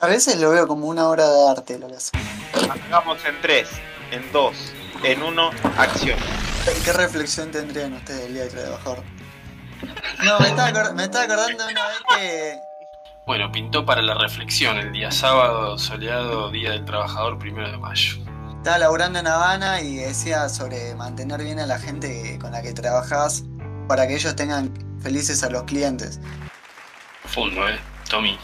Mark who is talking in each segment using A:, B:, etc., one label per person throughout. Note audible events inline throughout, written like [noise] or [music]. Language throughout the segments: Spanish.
A: A veces lo veo como una obra de arte, lo que hace.
B: Hagamos en tres, en dos, en uno, acción.
A: ¿Qué reflexión tendrían ustedes el día del trabajador? No, me estaba, acor- me estaba acordando una vez que.
C: Bueno, pintó para la reflexión el día sábado, soleado, Día del Trabajador, primero de mayo.
A: Estaba laburando en Habana y decía sobre mantener bien a la gente con la que trabajas para que ellos tengan felices a los clientes.
C: Profundo, ¿eh? Tommy.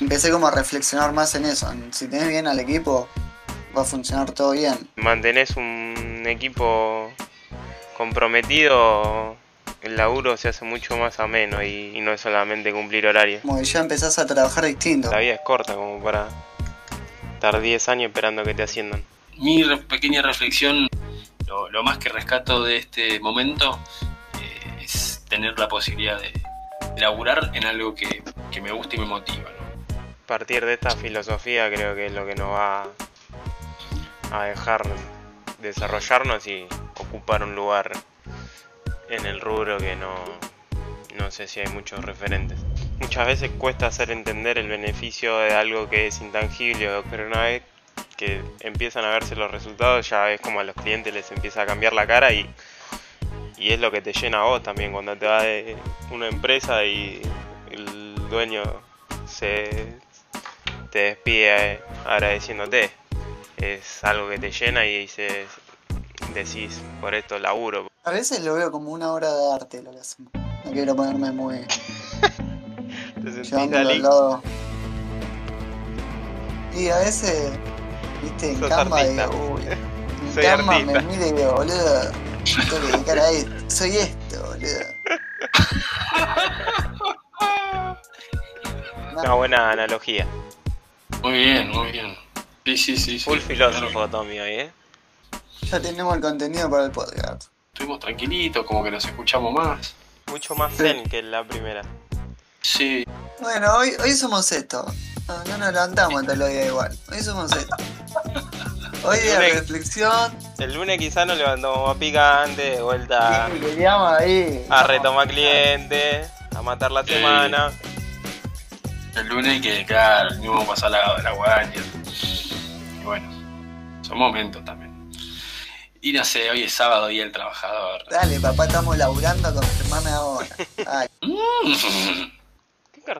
A: Empecé como a reflexionar más en eso. en Si tenés bien al equipo, va a funcionar todo bien.
D: mantenés un equipo comprometido, el laburo se hace mucho más ameno y, y no es solamente cumplir horario.
A: Como que ya empezás a trabajar distinto.
D: La vida es corta como para estar 10 años esperando que te asciendan.
C: Mi re- pequeña reflexión, lo, lo más que rescato de este momento eh, es tener la posibilidad de, de laburar en algo que, que me gusta y me motiva. ¿no?
D: Partir de esta filosofía creo que es lo que nos va a dejar desarrollarnos y ocupar un lugar en el rubro que no, no sé si hay muchos referentes. Muchas veces cuesta hacer entender el beneficio de algo que es intangible, pero una vez que empiezan a verse los resultados ya es como a los clientes les empieza a cambiar la cara y, y es lo que te llena a vos también cuando te vas de una empresa y el dueño se te despide eh, agradeciéndote. Es algo que te llena y dices, decís, por esto laburo,
A: A veces lo veo como una obra de arte, lo que hace. No quiero ponerme muy.
D: Te sentís
A: llevándolo al
D: Dalí.
A: lado. Y a veces, viste, en
D: Sos
A: Canva
D: artista.
A: digo, uy, en
D: [laughs] Soy
A: Canva
D: artista.
A: me miro y digo, boludo, me tengo que dedicar a esto, soy esto, boludo.
D: Una buena analogía.
C: Muy bien, muy bien. Sí, sí, sí. sí.
D: Full filósofo, Tommy, hoy, ¿eh?
A: Ya tenemos el contenido para el podcast.
C: Estuvimos tranquilitos, como que nos escuchamos más.
D: Mucho más zen que la primera.
C: Sí,
A: Bueno, hoy, hoy somos esto. No, no nos levantamos todos los días igual. Hoy somos esto. Hoy día de
D: Bien.
A: reflexión,
D: El lunes quizás nos levantamos más picante, de vuelta
A: y queríamos ahí.
D: a retomar clientes, a matar la
C: Sí.
D: semana.
C: el lunes que, claro, el mismo pasó la, la guadaña. Y bueno, son momentos también. Y no sé, hoy es sábado, día del trabajador. [laughs]
A: Dale, papá, estamos laburando con mi hermana ahora. Dale.
C: Mm.